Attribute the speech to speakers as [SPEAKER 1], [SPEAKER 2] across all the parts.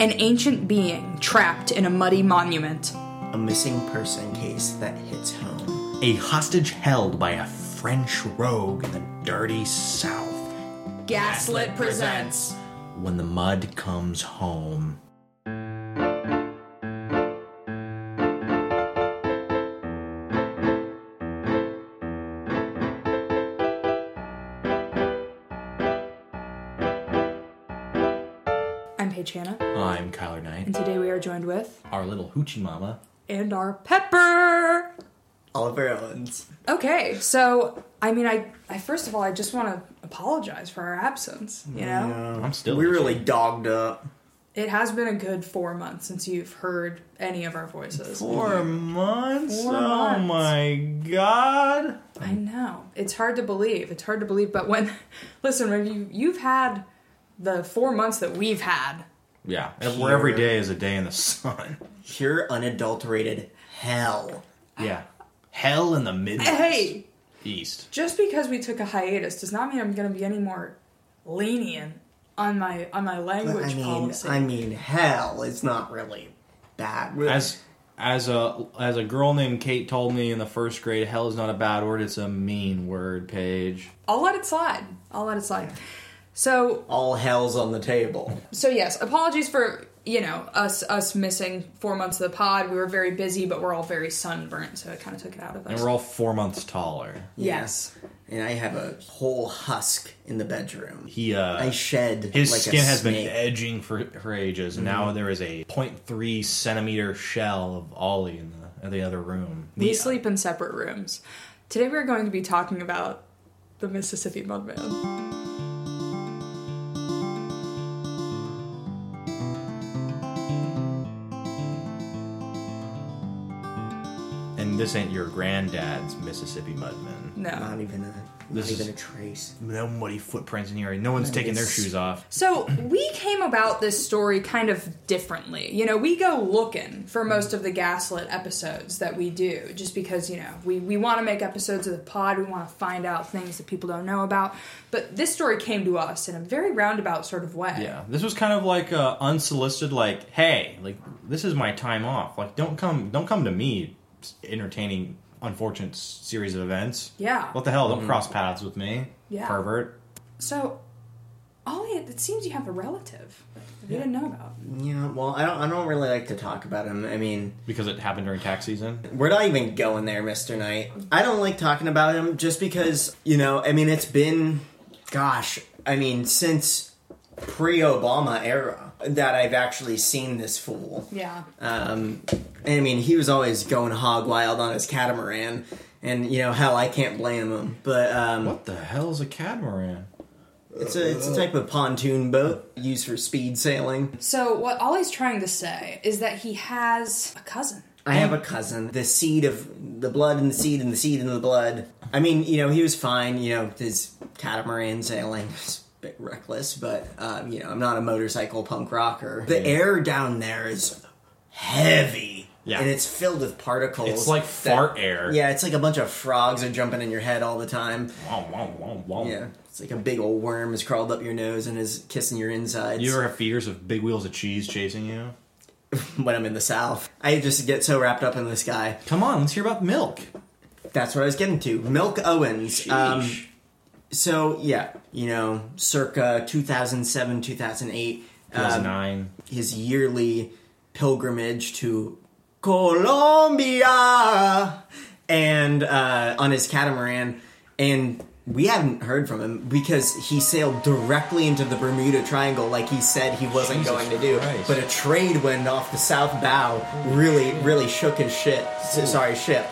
[SPEAKER 1] An ancient being trapped in a muddy monument.
[SPEAKER 2] A missing person case that hits home.
[SPEAKER 3] A hostage held by a French rogue in the dirty South.
[SPEAKER 1] Gaslit presents.
[SPEAKER 3] When the mud comes home.
[SPEAKER 1] I'm Paige Hannah,
[SPEAKER 3] I'm Kyler
[SPEAKER 1] and
[SPEAKER 3] Knight,
[SPEAKER 1] today we are joined with
[SPEAKER 3] our little hoochie mama.
[SPEAKER 1] and our pepper.
[SPEAKER 2] Oliver Owens.
[SPEAKER 1] Okay, so I mean, I, I first of all, I just want to apologize for our absence. You know,
[SPEAKER 3] I'm still.
[SPEAKER 2] We really dogged up.
[SPEAKER 1] it has been a good four months since you've heard any of our voices.
[SPEAKER 3] four months. Oh
[SPEAKER 1] Four months.
[SPEAKER 3] my god.
[SPEAKER 1] I know it's hard to believe. It's hard to believe, but when listen, when you you've had the four months that we've had.
[SPEAKER 3] Yeah, and where every
[SPEAKER 2] Pure.
[SPEAKER 3] day is a day in the sun.
[SPEAKER 2] Pure unadulterated hell.
[SPEAKER 3] Yeah, hell in the Midwest.
[SPEAKER 1] Hey,
[SPEAKER 3] East.
[SPEAKER 1] just because we took a hiatus does not mean I'm going to be any more lenient on my on my
[SPEAKER 2] But
[SPEAKER 1] language
[SPEAKER 2] I mean,
[SPEAKER 1] policy.
[SPEAKER 2] I mean, hell is not really bad.
[SPEAKER 3] As as a as a girl named Kate told me in the first grade, hell is not a bad word. It's a mean word. Page.
[SPEAKER 1] I'll let it slide. I'll let it slide. So
[SPEAKER 2] all hell's on the table.
[SPEAKER 1] so yes, apologies for you know us us missing four months of the pod. We were very busy, but we're all very sunburnt, so it kind of took it out of us.
[SPEAKER 3] And we're all four months taller.
[SPEAKER 1] yes.
[SPEAKER 2] And I have a whole husk in the bedroom.
[SPEAKER 3] He uh,
[SPEAKER 2] I shed.
[SPEAKER 3] His
[SPEAKER 2] like
[SPEAKER 3] skin
[SPEAKER 2] a
[SPEAKER 3] has been
[SPEAKER 2] snake. Mm-hmm.
[SPEAKER 3] edging for, for ages. and Now there is a 0.3 centimeter shell of Ollie in the, in the other room.
[SPEAKER 1] We
[SPEAKER 3] The-
[SPEAKER 1] sleep in separate rooms. Today we're going to be talking about the Mississippi Mudman.
[SPEAKER 3] And this ain't your granddad's Mississippi Mudman.
[SPEAKER 1] No.
[SPEAKER 2] Not even a, not
[SPEAKER 3] This
[SPEAKER 2] even
[SPEAKER 3] is-
[SPEAKER 2] a trace.
[SPEAKER 3] No muddy footprints in here. No one's taking their
[SPEAKER 2] it's-
[SPEAKER 3] shoes off.
[SPEAKER 1] So we came about this story kind of differently. You know, we go looking for most of the gaslit episodes that we do, just because you know we we want to make episodes of the pod. We want to find out things that people don't know about. But this story came to us in a very roundabout sort of way.
[SPEAKER 3] Yeah, this was kind of like uh, unsolicited. Like, hey, like this is my time off. Like, don't come, don't come to me entertaining unfortunate s- series of events.
[SPEAKER 1] Yeah.
[SPEAKER 3] What the hell?
[SPEAKER 2] Mm-hmm.
[SPEAKER 3] Don't cross paths with me,
[SPEAKER 1] Yeah.
[SPEAKER 3] pervert.
[SPEAKER 1] So, Ollie, it, it seems you have a relative that you didn't know about.
[SPEAKER 2] Yeah. Well, I don't. I don't really like to talk about him. I mean,
[SPEAKER 3] Because it happened during tax season.
[SPEAKER 2] We're not even going there, Mr. Knight. I don't like talking about him just because, you know, I mean, it's been, gosh, I mean, since pre Obama era that I've actually seen this fool.
[SPEAKER 1] Yeah.
[SPEAKER 2] Um, and I mean, he was always going hog wild on his catamaran. And, you know, hell, I can't blame him. But um,
[SPEAKER 3] What the hell is a catamaran?
[SPEAKER 2] it's, a, it's a type of pontoon boat used for speed sailing.
[SPEAKER 1] So what Ollie's trying to say is that he has a cousin.
[SPEAKER 2] I have a cousin. The seed of the blood and the seed and the seed and the blood. I mean, you know, he was fine. You know, his catamaran sailing was a bit reckless, but um, you know, I'm not a motorcycle punk rocker. The air down there is heavy.
[SPEAKER 3] Yeah.
[SPEAKER 2] And it's filled with particles.
[SPEAKER 3] It's like fart air.
[SPEAKER 2] Yeah, it's like a bunch of frogs are jumping in your head all the time.
[SPEAKER 3] Womp, womp, womp, womp.
[SPEAKER 2] Yeah. It's like a big old worm has crawled up your nose and is kissing your insides.
[SPEAKER 3] You ever have fears of big wheels of cheese chasing you?
[SPEAKER 2] when I'm in the south. I just get so wrapped up in this guy.
[SPEAKER 3] Come on, let's hear about milk.
[SPEAKER 2] That's what I was getting to. Milk Owens. Um,
[SPEAKER 3] Sheesh.
[SPEAKER 2] so yeah, you know, circa 2007, 2008,
[SPEAKER 3] Feels
[SPEAKER 2] um,
[SPEAKER 3] nine.
[SPEAKER 2] his yearly pilgrimage to Colombia, and uh, on his catamaran, and we hadn't heard from him because he sailed directly into the Bermuda Triangle, like he said he wasn't
[SPEAKER 3] Jesus
[SPEAKER 2] going to do.
[SPEAKER 3] Christ.
[SPEAKER 2] But a trade wind off the south bow really, really shook his shit. S- Sorry, ship.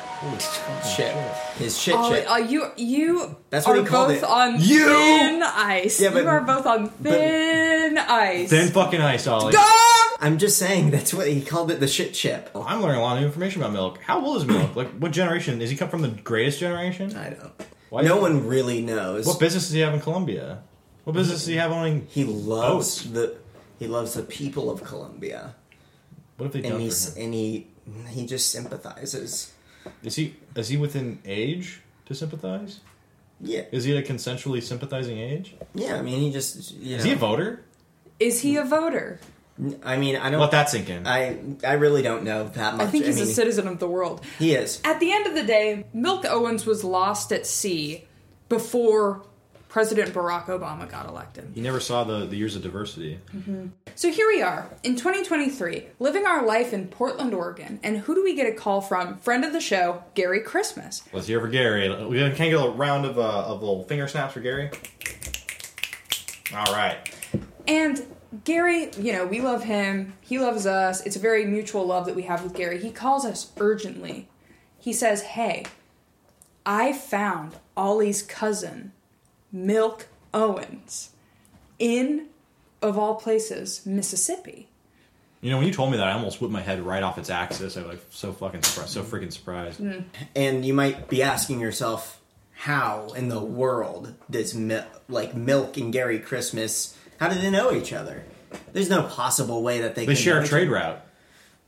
[SPEAKER 2] Ship. His shit
[SPEAKER 1] Ollie,
[SPEAKER 2] shit.
[SPEAKER 1] uh, you you
[SPEAKER 2] That's
[SPEAKER 1] are
[SPEAKER 2] what he called
[SPEAKER 1] both
[SPEAKER 2] it.
[SPEAKER 1] on
[SPEAKER 2] You!
[SPEAKER 1] thin ice.
[SPEAKER 2] Yeah, but-
[SPEAKER 1] you are both on thin ice.
[SPEAKER 3] Thin fucking ice, Ollie.
[SPEAKER 1] Ah!
[SPEAKER 2] I'm just saying that's what he called it the shit chip. Oh,
[SPEAKER 3] I'm learning a lot of new information about milk. How old is milk? Like, what generation? Is he come from the greatest generation?
[SPEAKER 2] I don't.
[SPEAKER 3] Why-
[SPEAKER 2] no one really knows.
[SPEAKER 3] What business does he have in Colombia? What business does he have owning?
[SPEAKER 2] he loves
[SPEAKER 3] Boats.
[SPEAKER 2] the he loves the people of Colombia,
[SPEAKER 3] What have they
[SPEAKER 2] and
[SPEAKER 3] done
[SPEAKER 2] he's
[SPEAKER 3] for him?
[SPEAKER 2] and he he just sympathizes.
[SPEAKER 3] Is he is he within age to sympathize?
[SPEAKER 2] Yeah,
[SPEAKER 3] Is he at a consensually sympathizing age?
[SPEAKER 2] yeah. I mean, he just you
[SPEAKER 3] Is
[SPEAKER 2] know,
[SPEAKER 3] he a voter?
[SPEAKER 1] Is he a voter?
[SPEAKER 2] I mean, I don't.
[SPEAKER 3] Let that sink in.
[SPEAKER 2] I I really don't know that much.
[SPEAKER 1] I think he's
[SPEAKER 2] mean,
[SPEAKER 1] a citizen of the world.
[SPEAKER 2] He is.
[SPEAKER 1] At the end of the day, Milk Owens was lost at sea before President Barack Obama got elected.
[SPEAKER 3] you never saw the, the years of diversity.
[SPEAKER 1] So here we are in 2023, living our life in Portland, Oregon, and who do we get a call from? Friend of the show, Gary Christmas.
[SPEAKER 3] Let's hear for Gary. We can get a round of uh, of little finger snaps for Gary. All right.
[SPEAKER 1] And Gary, you know, we love him. He loves us. It's a very mutual love that we have with Gary. He calls us urgently. He says, Hey, I found Ollie's cousin, Milk Owens, in, of all places, Mississippi.
[SPEAKER 3] You know, when you told me that, I almost whipped my head right off its axis. I was like so fucking surprised, so freaking surprised.
[SPEAKER 1] Mm.
[SPEAKER 2] And you might be asking yourself, how in the world does Mil- like Milk and Gary Christmas? How do they know each other? There's no possible way that they
[SPEAKER 3] They
[SPEAKER 2] can
[SPEAKER 3] share
[SPEAKER 2] know
[SPEAKER 3] a
[SPEAKER 2] each
[SPEAKER 3] trade route.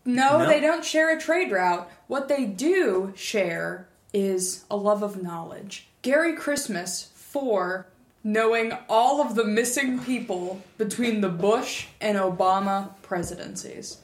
[SPEAKER 1] No,
[SPEAKER 2] No.
[SPEAKER 1] they don't share a trade route. What they do share is a love of knowledge. Gary Christmas for knowing all of the missing people between the Bush and Obama presidencies.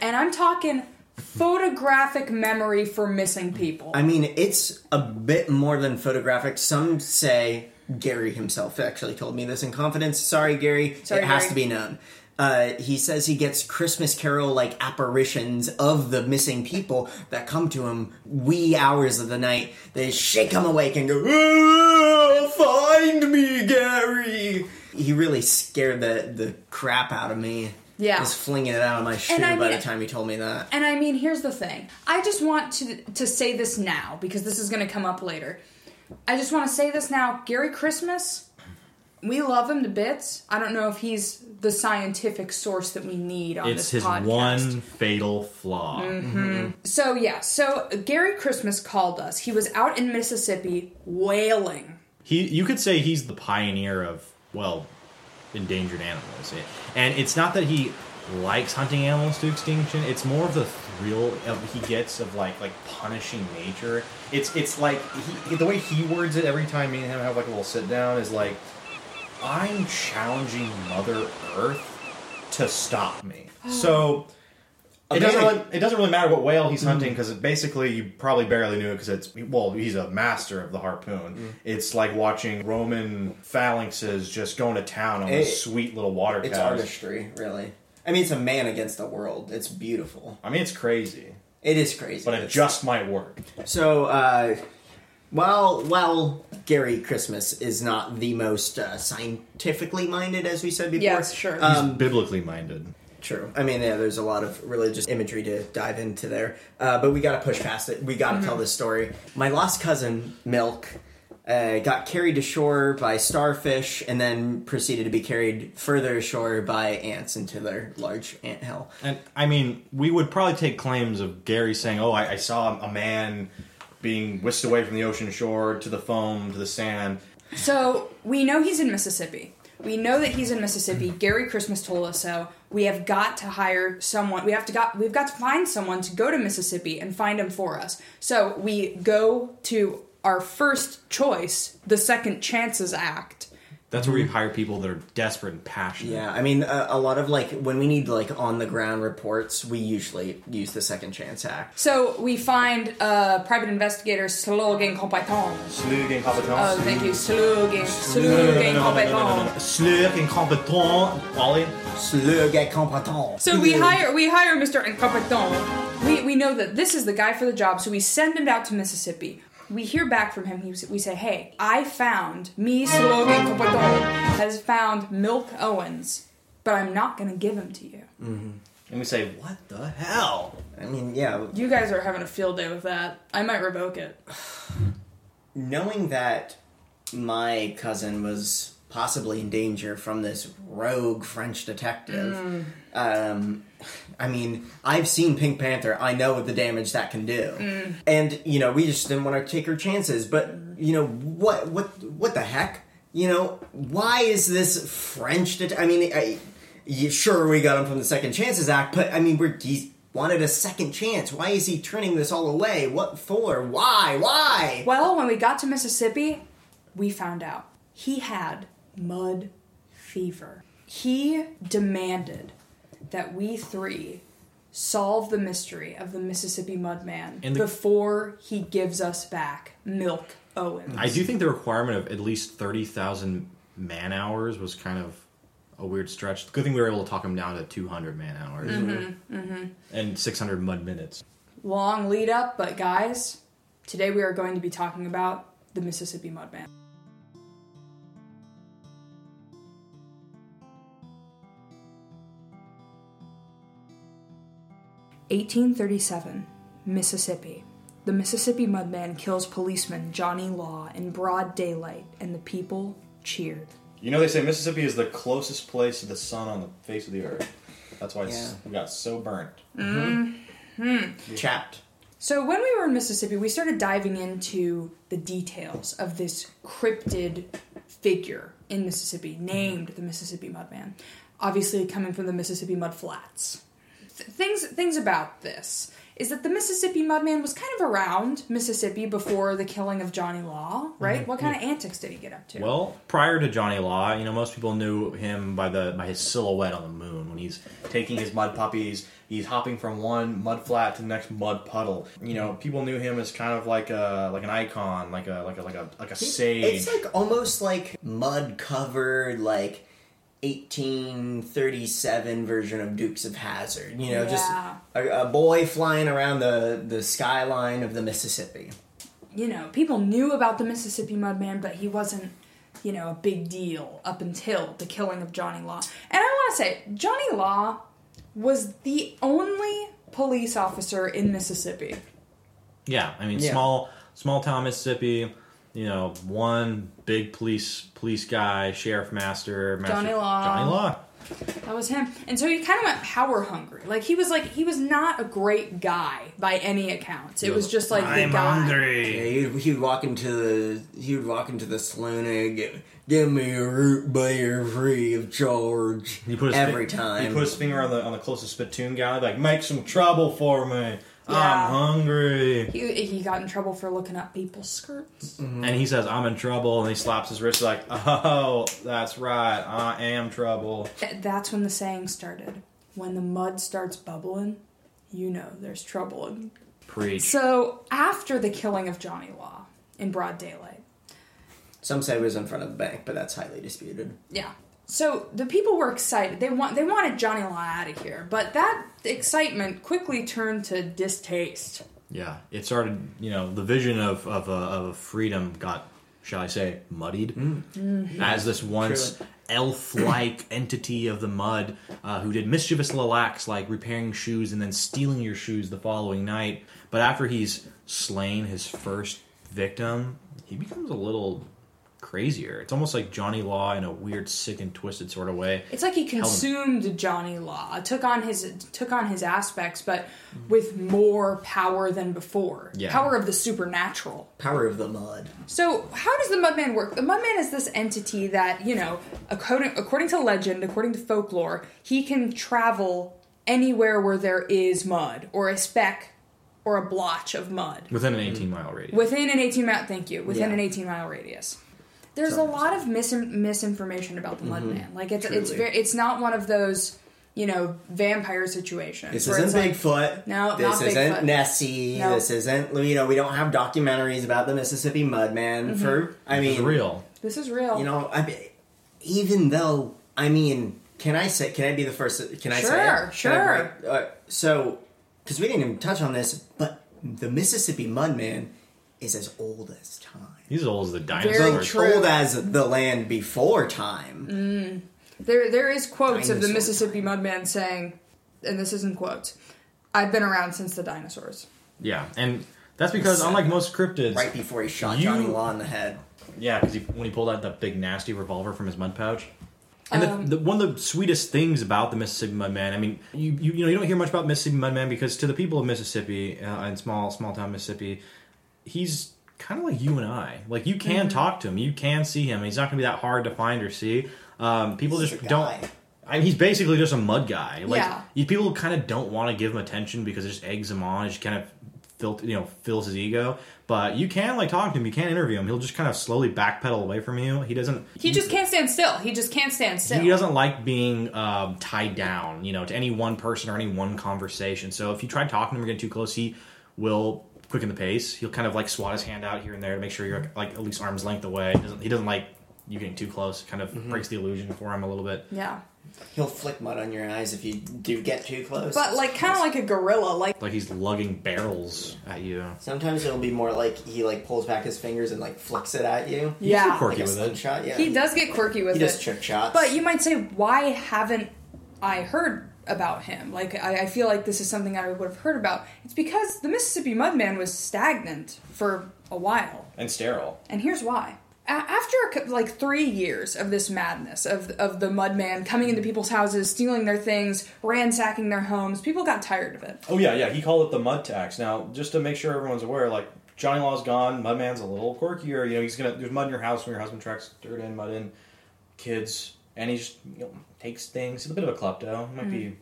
[SPEAKER 1] And I'm talking photographic memory for missing people.
[SPEAKER 2] I mean, it's a bit more than photographic. Some say Gary himself actually told me this in confidence. Sorry, Gary.
[SPEAKER 1] Sorry,
[SPEAKER 2] it has
[SPEAKER 1] Gary.
[SPEAKER 2] to be known. Uh, he says he gets Christmas Carol like apparitions of the missing people that come to him wee hours of the night. They shake him awake and go, "Ah, "Find me, Gary." He really scared the the crap out of me.
[SPEAKER 1] Yeah.
[SPEAKER 2] just flinging it out of my shoe
[SPEAKER 1] I
[SPEAKER 2] by
[SPEAKER 1] mean-
[SPEAKER 2] the time he told me that.
[SPEAKER 1] And I mean, here's the thing. I just want to to say this now because this is going to come up later. I just want to say this now. Gary Christmas, we love him to bits. I don't know if he's the scientific source that we need on
[SPEAKER 3] It's
[SPEAKER 1] this
[SPEAKER 3] his
[SPEAKER 1] podcast. Mm.
[SPEAKER 3] one fatal flaw.
[SPEAKER 1] So yeah, so Gary Christmas called us. He was out in Mississippi wailing.
[SPEAKER 3] He, you could say he's the pioneer of well, endangered animals. It- and it's not that he likes hunting animals to extinction. It's more of the thrill of he gets of like like punishing nature. It's it's like he, the way he words it every time me and him have like a little sit down is like, I'm challenging Mother Earth to stop me. So. It doesn't,
[SPEAKER 2] Amazing.
[SPEAKER 3] really, it doesn't really matter what whale he's hunting because basically you probably barely knew it because it's well he's a master of the harpoon. It's like watching Roman phalanxes just going to town on
[SPEAKER 2] It-
[SPEAKER 3] those sweet little water
[SPEAKER 2] It's
[SPEAKER 3] cows.
[SPEAKER 2] artistry, really. I mean, it's a man against the world. It's beautiful.
[SPEAKER 3] I mean, it's crazy,
[SPEAKER 2] It is crazy.
[SPEAKER 3] but it just might work.
[SPEAKER 2] so uh, while while Gary Christmas is not the most uh, scientifically minded, as we said before.
[SPEAKER 1] Yes, sure.
[SPEAKER 2] Um,
[SPEAKER 3] Biblically minded.
[SPEAKER 2] true. I mean, yeah, there's a lot of religious imagery to dive into there, uh, but we got to push past it. We got to
[SPEAKER 1] Mm-hmm.
[SPEAKER 2] tell this story. My lost cousin Milk. Uh, got carried ashore by starfish and then proceeded to be carried further ashore by ants into their large ant hill.
[SPEAKER 3] And I mean, we would probably take claims of Gary saying, "Oh, I, I saw a man being whisked away from the ocean shore to the foam to the sand."
[SPEAKER 1] So we know he's in Mississippi. We know that he's in Mississippi. Gary Christmas told us so. We have got to hire someone. We have to got we've got to find someone to go to Mississippi and find him for us. So we go to our first choice, the Second Chances Act.
[SPEAKER 3] That's where you hire people that are desperate and passionate.
[SPEAKER 2] Yeah, I mean, a, a lot of like when we need like on the ground reports, we usually use the Second Chance Act.
[SPEAKER 1] So we find uh, private investigator Slogan Compatons.
[SPEAKER 3] Slug incompetent.
[SPEAKER 1] Oh, thank you, Slogan Slogan Compatons.
[SPEAKER 3] Slug incompetent. Ollie.
[SPEAKER 2] Slug incompetent.
[SPEAKER 1] So we hire we hire Mr. Incompetent. We we know that this is the guy for the job, so we send him out to Mississippi. We hear back from him. He, we say, "Hey, I found me Slogan Incompetent has found Milk Owens, but I'm not going to give him to you.
[SPEAKER 3] And we say, what the hell?
[SPEAKER 2] I mean, yeah,
[SPEAKER 1] You guys are having a field day with that. I might revoke it.
[SPEAKER 2] knowing that my cousin was possibly in danger from this rogue French detective. Um, I mean, I've seen Pink Panther. I know the damage that can do, and you know, we just didn't want to take her chances. But you know, what, what, what the heck? You know, why is this French? Det- I mean, I, yeah, sure, we got him from the Second Chances Act, but I mean, we're he's wanted a second chance. Why is he turning this all away? What for? Why? Why?
[SPEAKER 1] Well, when we got to Mississippi, we found out he had mud fever. He demanded that we three solve the mystery of the Mississippi Mudman
[SPEAKER 3] And the-
[SPEAKER 1] before he gives us back Milk Owens.
[SPEAKER 3] I do think the requirement of at least 30,000 man hours was kind of a weird stretch. Good thing we were able to talk him down to 200 man hours mm-hmm. and 600 mud minutes.
[SPEAKER 1] Long lead up, but guys, today we are going to be talking about the Mississippi Mudman. Eighteen thirty-seven, Mississippi. The Mississippi Mudman kills policeman Johnny Law in broad daylight, and the people cheered.
[SPEAKER 3] You know, they say Mississippi is the closest place to the sun on the face of the earth. That's why it's,
[SPEAKER 2] Yeah.
[SPEAKER 3] we got so burnt.
[SPEAKER 2] Chapped.
[SPEAKER 1] So when we were in Mississippi, we started diving into the details of this cryptid figure in Mississippi named the Mississippi Mudman. Obviously coming from the Mississippi Mud Flats. Th- things things about this is that the Mississippi Mudman was kind of around Mississippi before the killing of Johnny Law, right? What kind of antics did he get up to?
[SPEAKER 3] Well, prior to Johnny Law, you know, most people knew him by the by his silhouette on the moon when he's taking his mud puppies, he's hopping from one mud flat to the next mud puddle. You know, people knew him as kind of like a like an icon, like a like a like a like a
[SPEAKER 2] It's
[SPEAKER 3] sage.
[SPEAKER 2] like almost like mud covered, like 1837 version of Dukes of Hazard. You know, just
[SPEAKER 1] Yeah.
[SPEAKER 2] a, a boy flying around the, the skyline of the Mississippi.
[SPEAKER 1] you know, people knew about the Mississippi Mudman, but he wasn't, you know, a big deal up until the killing of Johnny Law. And I want to say, Johnny Law was the only police officer in Mississippi.
[SPEAKER 3] Yeah, I mean,
[SPEAKER 2] Yeah.
[SPEAKER 3] small small town Mississippi. You know, one big police police guy, sheriff master, master
[SPEAKER 1] Johnny Law.
[SPEAKER 3] Johnny Law.
[SPEAKER 1] That was him. And so he kind of went power hungry. Like he was like he was not a great guy by any accounts. It was just like the guy.
[SPEAKER 2] Yeah, he, he would walk into the he would walk into the saloon and get, give me a root beer free of charge
[SPEAKER 3] He put his
[SPEAKER 2] every
[SPEAKER 3] fi-
[SPEAKER 2] time.
[SPEAKER 3] He put his finger on the on the closest spittoon guy, like make some trouble for me.
[SPEAKER 1] Yeah.
[SPEAKER 3] I'm hungry,
[SPEAKER 1] He, he got in trouble for looking up people's skirts.
[SPEAKER 3] and he says, "I'm in trouble," and he slaps his wrist, like, "Oh, that's right, I am trouble."
[SPEAKER 1] Th- That's when the saying started. When the mud starts bubbling, you know there's trouble in
[SPEAKER 3] Preach.
[SPEAKER 1] So after the killing of Johnny Law in broad daylight,
[SPEAKER 2] Some say it was in front of the bank, but that's highly disputed.
[SPEAKER 1] yeah. So the people were excited. They want they wanted Johnny Law out of here, but that excitement quickly turned to distaste.
[SPEAKER 3] Yeah, it started. You know, the vision of of a, of a freedom got, shall I say, muddied as this once elf-like entity of the mud uh, who did mischievous little acts like repairing shoes and then stealing your shoes the following night. But after he's slain his first victim, he becomes a little crazier. It's almost like Johnny Law in a weird, sick and twisted sort of way.
[SPEAKER 1] It's like he consumed Johnny Law, took on his took on his aspects, but with more power than before.
[SPEAKER 3] Yeah.
[SPEAKER 1] Power of the supernatural.
[SPEAKER 2] Power of the mud.
[SPEAKER 1] So, how does the Mudman work? The Mudman is this entity that, you know, according, according to legend, according to folklore, he can travel anywhere where there is mud or a speck or a blotch of mud
[SPEAKER 3] Within an 18 mile radius.
[SPEAKER 1] within an 18 mile thank you within
[SPEAKER 2] Yeah.
[SPEAKER 1] an 18 mile radius there's a lot of mis- misinformation about the mudman like it's it's
[SPEAKER 2] Mm-hmm. Truly.
[SPEAKER 1] very it's not one of those you know vampire situations
[SPEAKER 2] This
[SPEAKER 1] where
[SPEAKER 2] isn't
[SPEAKER 1] it's like,
[SPEAKER 2] Bigfoot.
[SPEAKER 1] No,
[SPEAKER 2] this
[SPEAKER 1] not
[SPEAKER 2] isn't
[SPEAKER 1] Bigfoot.
[SPEAKER 2] Nessie.
[SPEAKER 1] No.
[SPEAKER 2] This isn't you know we don't have documentaries about the Mississippi Mudman
[SPEAKER 1] Mm-hmm.
[SPEAKER 2] for I
[SPEAKER 3] It's
[SPEAKER 2] mean
[SPEAKER 3] real.
[SPEAKER 1] this is real
[SPEAKER 2] You know, I mean, even though I mean, can I say? Can I be the first? Can I say?
[SPEAKER 1] Sure,
[SPEAKER 2] it? Can I
[SPEAKER 1] sure.
[SPEAKER 2] break- uh, so, because we didn't even touch on this, but the Mississippi Mudman is as old as time.
[SPEAKER 3] He's as old as the
[SPEAKER 1] Very
[SPEAKER 3] dinosaurs.
[SPEAKER 2] As
[SPEAKER 1] true. Mm.
[SPEAKER 2] old as the land before time.
[SPEAKER 1] There, there is quotes of the
[SPEAKER 2] Dinosaur
[SPEAKER 1] Mississippi Mudman saying, and this isn't quotes. I've been around since the dinosaurs.
[SPEAKER 3] Yeah, and that's because unlike most cryptids,
[SPEAKER 2] Right before he shot
[SPEAKER 3] You-
[SPEAKER 2] Johnny Law in the head.
[SPEAKER 3] Yeah, because when he pulled out that big nasty revolver from his mud pouch. And the, the, one of the sweetest things about the Mississippi Mudman, I mean, you, you you know you don't hear much about Mississippi Mudman because to the people of Mississippi uh, and small small town Mississippi, he's kind of like you and I. Like you can talk to him, you can see him. He's not going to be that hard to find or see. Um, people
[SPEAKER 2] He's
[SPEAKER 3] just
[SPEAKER 2] your
[SPEAKER 3] don't.
[SPEAKER 2] guy.
[SPEAKER 3] I mean, he's basically just a mud guy. Like
[SPEAKER 1] Yeah.
[SPEAKER 3] you, people kind of don't want to give him attention because it just eggs him on. It just kind of
[SPEAKER 4] filth, you know, fills his ego. But you can like talk to him. You can interview him. He'll just kind of slowly backpedal away from you. He doesn't.
[SPEAKER 1] He just can't stand still. He just can't stand still.
[SPEAKER 4] He doesn't like being um, tied down, you know, to any one person or any one conversation. So if you try talking to him or get too close, he will quicken the pace. He'll kind of like swat his hand out here and there to make sure you're like at least arm's length away. He doesn't, he doesn't like you getting too close. Kind of breaks the illusion for him a little bit.
[SPEAKER 1] Yeah.
[SPEAKER 2] He'll flick mud on your eyes if you do get too close.
[SPEAKER 1] But like kind of like a gorilla, like
[SPEAKER 4] Like he's lugging barrels at you.
[SPEAKER 2] sometimes it'll be more like he like pulls back his fingers and like flicks it at you.
[SPEAKER 1] yeah.
[SPEAKER 4] quirky.
[SPEAKER 2] Like
[SPEAKER 4] with
[SPEAKER 2] a
[SPEAKER 4] it.
[SPEAKER 2] slingshot. Yeah,
[SPEAKER 1] He does get quirky with
[SPEAKER 2] He
[SPEAKER 1] it.
[SPEAKER 2] does trick shots.
[SPEAKER 1] But you might say, why haven't I heard about him? Like, I, I feel like this is something I would have heard about. It's because the Mississippi Mudman was stagnant for a while,
[SPEAKER 4] And sterile.
[SPEAKER 1] and here's why. A- After a cou- like three years of this madness of of the Mudman coming into people's houses, stealing their things, ransacking their homes, people got tired of it.
[SPEAKER 4] Oh yeah, yeah. He called it the mud tax. Now, just to make sure everyone's aware, like Johnny Law's gone. Mudman's a little quirkier. You know, he's gonna there's mud in your house when your husband tracks dirt in, mud in, kids, and he just you know, takes things. He's a bit of a klepto. He might be.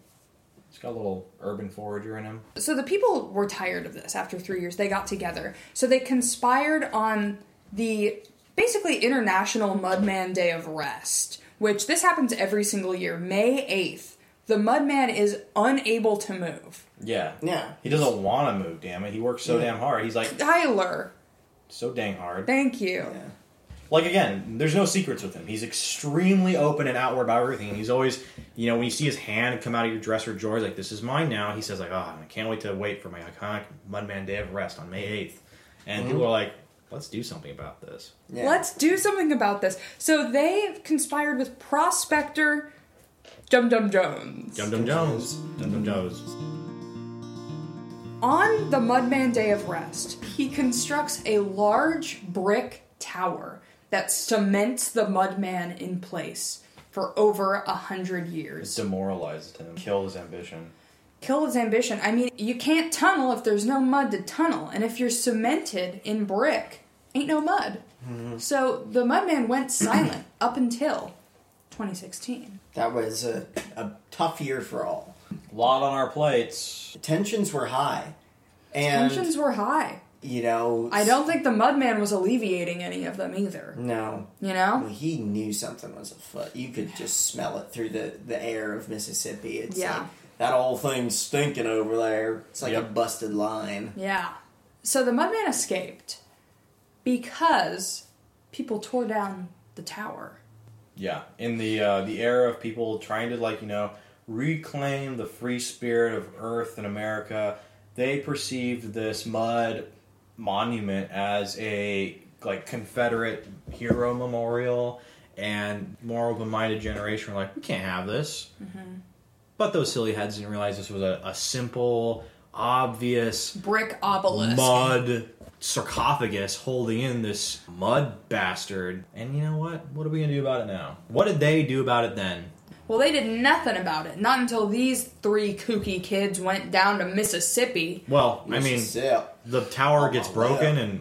[SPEAKER 4] He's got a little urban forager in him.
[SPEAKER 1] so the people were tired of this after three years they got together so they conspired on the basically international mudman day of rest which this happens every single year may 8th the mudman is unable to move
[SPEAKER 3] Yeah.
[SPEAKER 2] Yeah.
[SPEAKER 3] He doesn't want to move, damn it. He works so damn hard. He's like
[SPEAKER 1] tyler
[SPEAKER 3] so dang hard.
[SPEAKER 1] thank you
[SPEAKER 2] Yeah.
[SPEAKER 3] Like again, there's no secrets with him. He's extremely open and outward about everything. He's always, you know, when you see his hand come out of your dresser drawer, he's like this is mine now. He says like, "Oh, I can't wait to wait for my iconic Mudman Day of Rest on May 8th." And people are like, "Let's do something about this."
[SPEAKER 2] Yeah.
[SPEAKER 1] let's do something about this so they conspired with prospector dum dum jones
[SPEAKER 3] Dum Dum Jones. Dum Dum Jones.
[SPEAKER 1] On the Mudman Day of Rest, he constructs a large brick tower that cements the Mudman in place for over a hundred years.
[SPEAKER 3] Demoralized him. Killed his ambition.
[SPEAKER 1] Kill his ambition. I mean, you can't tunnel if there's no mud to tunnel, and if you're cemented in brick, ain't no mud.
[SPEAKER 2] Mm-hmm.
[SPEAKER 1] So the Mudman went silent up until 2016.
[SPEAKER 2] That was a, a tough year for all.
[SPEAKER 3] Lot on our plates.
[SPEAKER 2] Tensions were high, and
[SPEAKER 1] Tensions were high.
[SPEAKER 2] you know
[SPEAKER 1] I don't think the Mudman was alleviating any of them either.
[SPEAKER 2] No,
[SPEAKER 1] You know?
[SPEAKER 2] Well, he knew something was afoot. You could just smell it through the, the air of Mississippi. It's
[SPEAKER 1] Yeah.
[SPEAKER 2] like that old thing's stinking over there. It's like a
[SPEAKER 3] Yep.
[SPEAKER 2] busted line.
[SPEAKER 1] Yeah. So the Mudman escaped because people tore down the tower.
[SPEAKER 3] Yeah, in the uh, the era of people trying to like you know reclaim the free spirit of Earth and America, they perceived this mud monument as a like Confederate hero memorial, and more open-minded generation were like, we can't have this. But those silly heads didn't realize this was a, a simple, obvious
[SPEAKER 1] Brick obelisk.
[SPEAKER 3] mud sarcophagus holding in this mud bastard. And you know what? What are we gonna do about it now? What did they do about it then?
[SPEAKER 1] Well, they did nothing about it. Not until these three kooky kids went down to Mississippi.
[SPEAKER 3] Well, I mean,
[SPEAKER 2] Mississippi.
[SPEAKER 3] the tower gets
[SPEAKER 2] Oh,
[SPEAKER 3] broken,
[SPEAKER 2] yeah.
[SPEAKER 3] and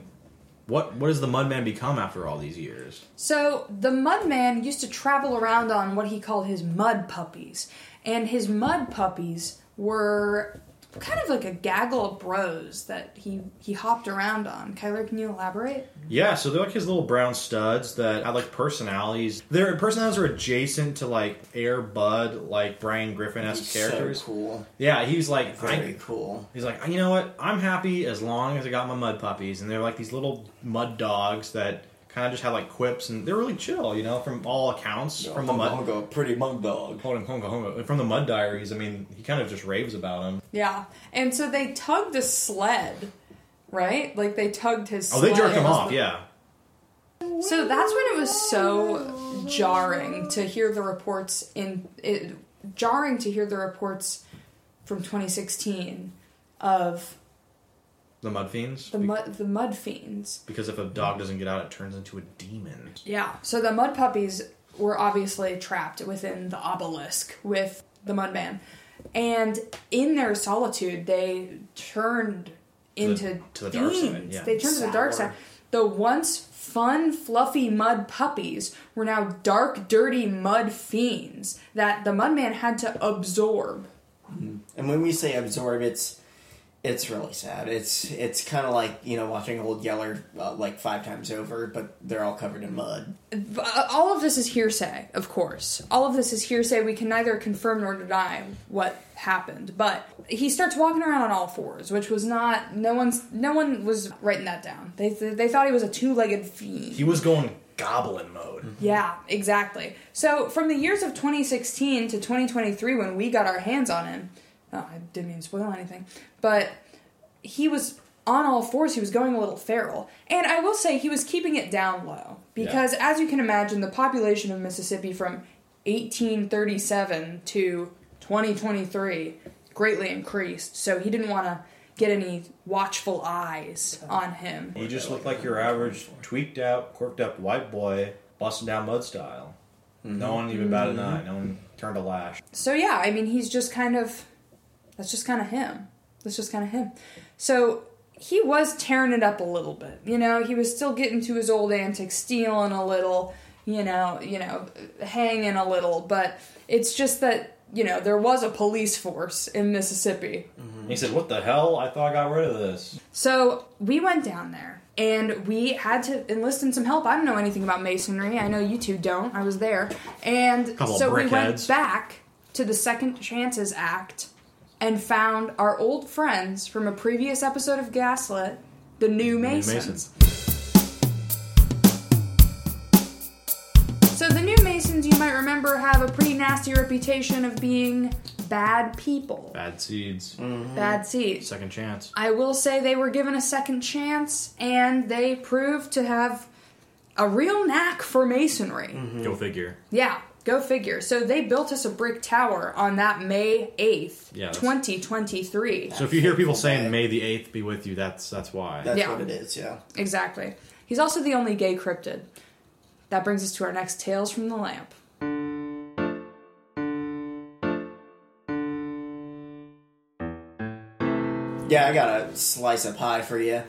[SPEAKER 3] what what does the Mudman become after all these years?
[SPEAKER 1] So the Mudman used to travel around on what he called his mud puppies. And his mud puppies were kind of like a gaggle of bros that he, he hopped around on. Kyler, can you elaborate?
[SPEAKER 3] Yeah, so they're like his little brown studs that have like personalities. Their personalities are adjacent to like Air Bud, like Brian Griffin esque characters.
[SPEAKER 2] So cool.
[SPEAKER 3] Yeah, he's like
[SPEAKER 2] Very
[SPEAKER 3] I-
[SPEAKER 2] cool.
[SPEAKER 3] He's like, you know what? I'm happy as long as I got my mud puppies, and they're like these little mud dogs that kind of just have like quips, and they're really chill, you know, from all accounts from the mud.
[SPEAKER 2] Hongo, pretty mug dog.
[SPEAKER 3] Hongo, hongo, hongo. From the Mud Diaries, I mean, he kind of just raves about him.
[SPEAKER 1] Yeah, and so they tugged a sled, right? Like they tugged his.
[SPEAKER 3] Oh, they
[SPEAKER 1] sled.
[SPEAKER 3] jerked him off, yeah.
[SPEAKER 1] So that's when it was so jarring to hear the reports in it, jarring to hear the reports from 2016 of
[SPEAKER 3] The Mud Fiends.
[SPEAKER 1] the
[SPEAKER 3] Be-
[SPEAKER 1] mud the mud fiends.
[SPEAKER 3] because if a dog doesn't get out, it turns into a demon.
[SPEAKER 1] Yeah, so the mud puppies were obviously trapped within the obelisk with the mudman, and in their solitude they turned into
[SPEAKER 3] to the dark
[SPEAKER 1] fiends.
[SPEAKER 3] side, yeah.
[SPEAKER 1] They turned to the dark
[SPEAKER 2] Sour.
[SPEAKER 1] side. The once fun, fluffy mud puppies were now dark, dirty mud fiends that the mudman had to absorb.
[SPEAKER 2] And when we say absorb, it's It's really sad. It's it's kind of like you know watching Old Yeller uh, like five times over, but they're all covered in mud.
[SPEAKER 1] Uh, all of this is hearsay, of course. All of this is hearsay. We can neither confirm nor deny what happened. But he starts walking around on all fours, which was not. No one's. No one was writing that down. They they thought he was a two-legged fiend.
[SPEAKER 5] He was going goblin mode.
[SPEAKER 1] Yeah, exactly. So from the years of 2016 to 2023, when we got our hands on him, oh, I didn't mean to spoil anything, but he was on all fours. He was going a little feral, and I will say he was keeping it down low because, as you can imagine, the population of Mississippi from 1837 to 2023 greatly increased. So he didn't want to get any watchful eyes on him.
[SPEAKER 5] He just looked like your average tweaked out, corked up white boy busting down mud style.
[SPEAKER 1] Mm-hmm.
[SPEAKER 5] No one even batted an eye. No one turned a lash.
[SPEAKER 1] so yeah, I mean, he's just kind of that's just kind of him. That's just kind of him. So he was tearing it up a little bit, you know. He was still getting to his old antics, stealing a little, you know, you know, hanging a little. But it's just that you know there was a police force in Mississippi
[SPEAKER 5] He said, "What the hell? I thought I got rid of this."
[SPEAKER 1] so we went down there and we had to enlist in some help. I don't know anything about masonry. I know you two don't. I was there. And
[SPEAKER 3] Couple
[SPEAKER 1] so we
[SPEAKER 3] brickheads.
[SPEAKER 1] went back to the Second Chances Act and found our old friends from a previous episode of Gaslit, the New Masons. So the New Masons, you might remember, have a pretty nasty reputation of being bad people,
[SPEAKER 3] Bad seeds.
[SPEAKER 5] Mm.
[SPEAKER 1] bad seeds.
[SPEAKER 3] Second chance.
[SPEAKER 1] I will say they were given a second chance and they proved to have a real knack for masonry.
[SPEAKER 5] Mm-hmm.
[SPEAKER 3] Go figure.
[SPEAKER 1] Yeah, go figure. So they built us a brick tower on that May 8th,
[SPEAKER 3] Yeah, that's-
[SPEAKER 1] 2023.
[SPEAKER 3] So if you hear people saying
[SPEAKER 2] Right.
[SPEAKER 3] "May the eighth be with you," that's that's why.
[SPEAKER 2] That's
[SPEAKER 1] Yeah.
[SPEAKER 2] what it is. Yeah.
[SPEAKER 1] Exactly. He's also the only gay cryptid. That brings us to our next Tales from the Lamp.
[SPEAKER 2] Yeah, I got a slice of pie for you.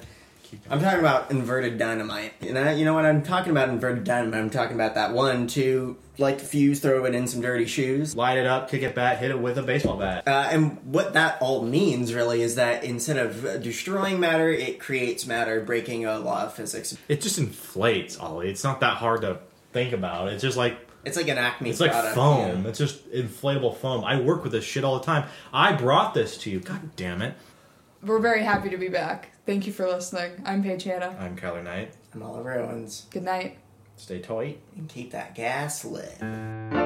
[SPEAKER 2] I'm talking about inverted dynamite. And I, you know what? I'm talking about inverted dynamite. I'm talking about that one, two, like fuse, throw it in some dirty shoes.
[SPEAKER 3] Light it up, kick it back, hit it with a baseball bat.
[SPEAKER 2] Uh, and what that all means, really, is that instead of uh, destroying matter, it creates matter, breaking a law of physics.
[SPEAKER 3] It just inflates, Ollie. It's not that hard to think about. It's just like
[SPEAKER 2] It's like an acme
[SPEAKER 3] it's like
[SPEAKER 2] product,
[SPEAKER 3] foam.
[SPEAKER 2] you know?
[SPEAKER 3] It's just inflatable foam. I work with this shit all the time. I brought this to you. God damn it.
[SPEAKER 1] We're very happy to be back. Thank you for listening. I'm Paige Hanna.
[SPEAKER 3] I'm Kyler Knight.
[SPEAKER 2] I'm Oliver Owens.
[SPEAKER 1] Good night.
[SPEAKER 3] Stay tight.
[SPEAKER 2] And keep that gas lit.
[SPEAKER 3] All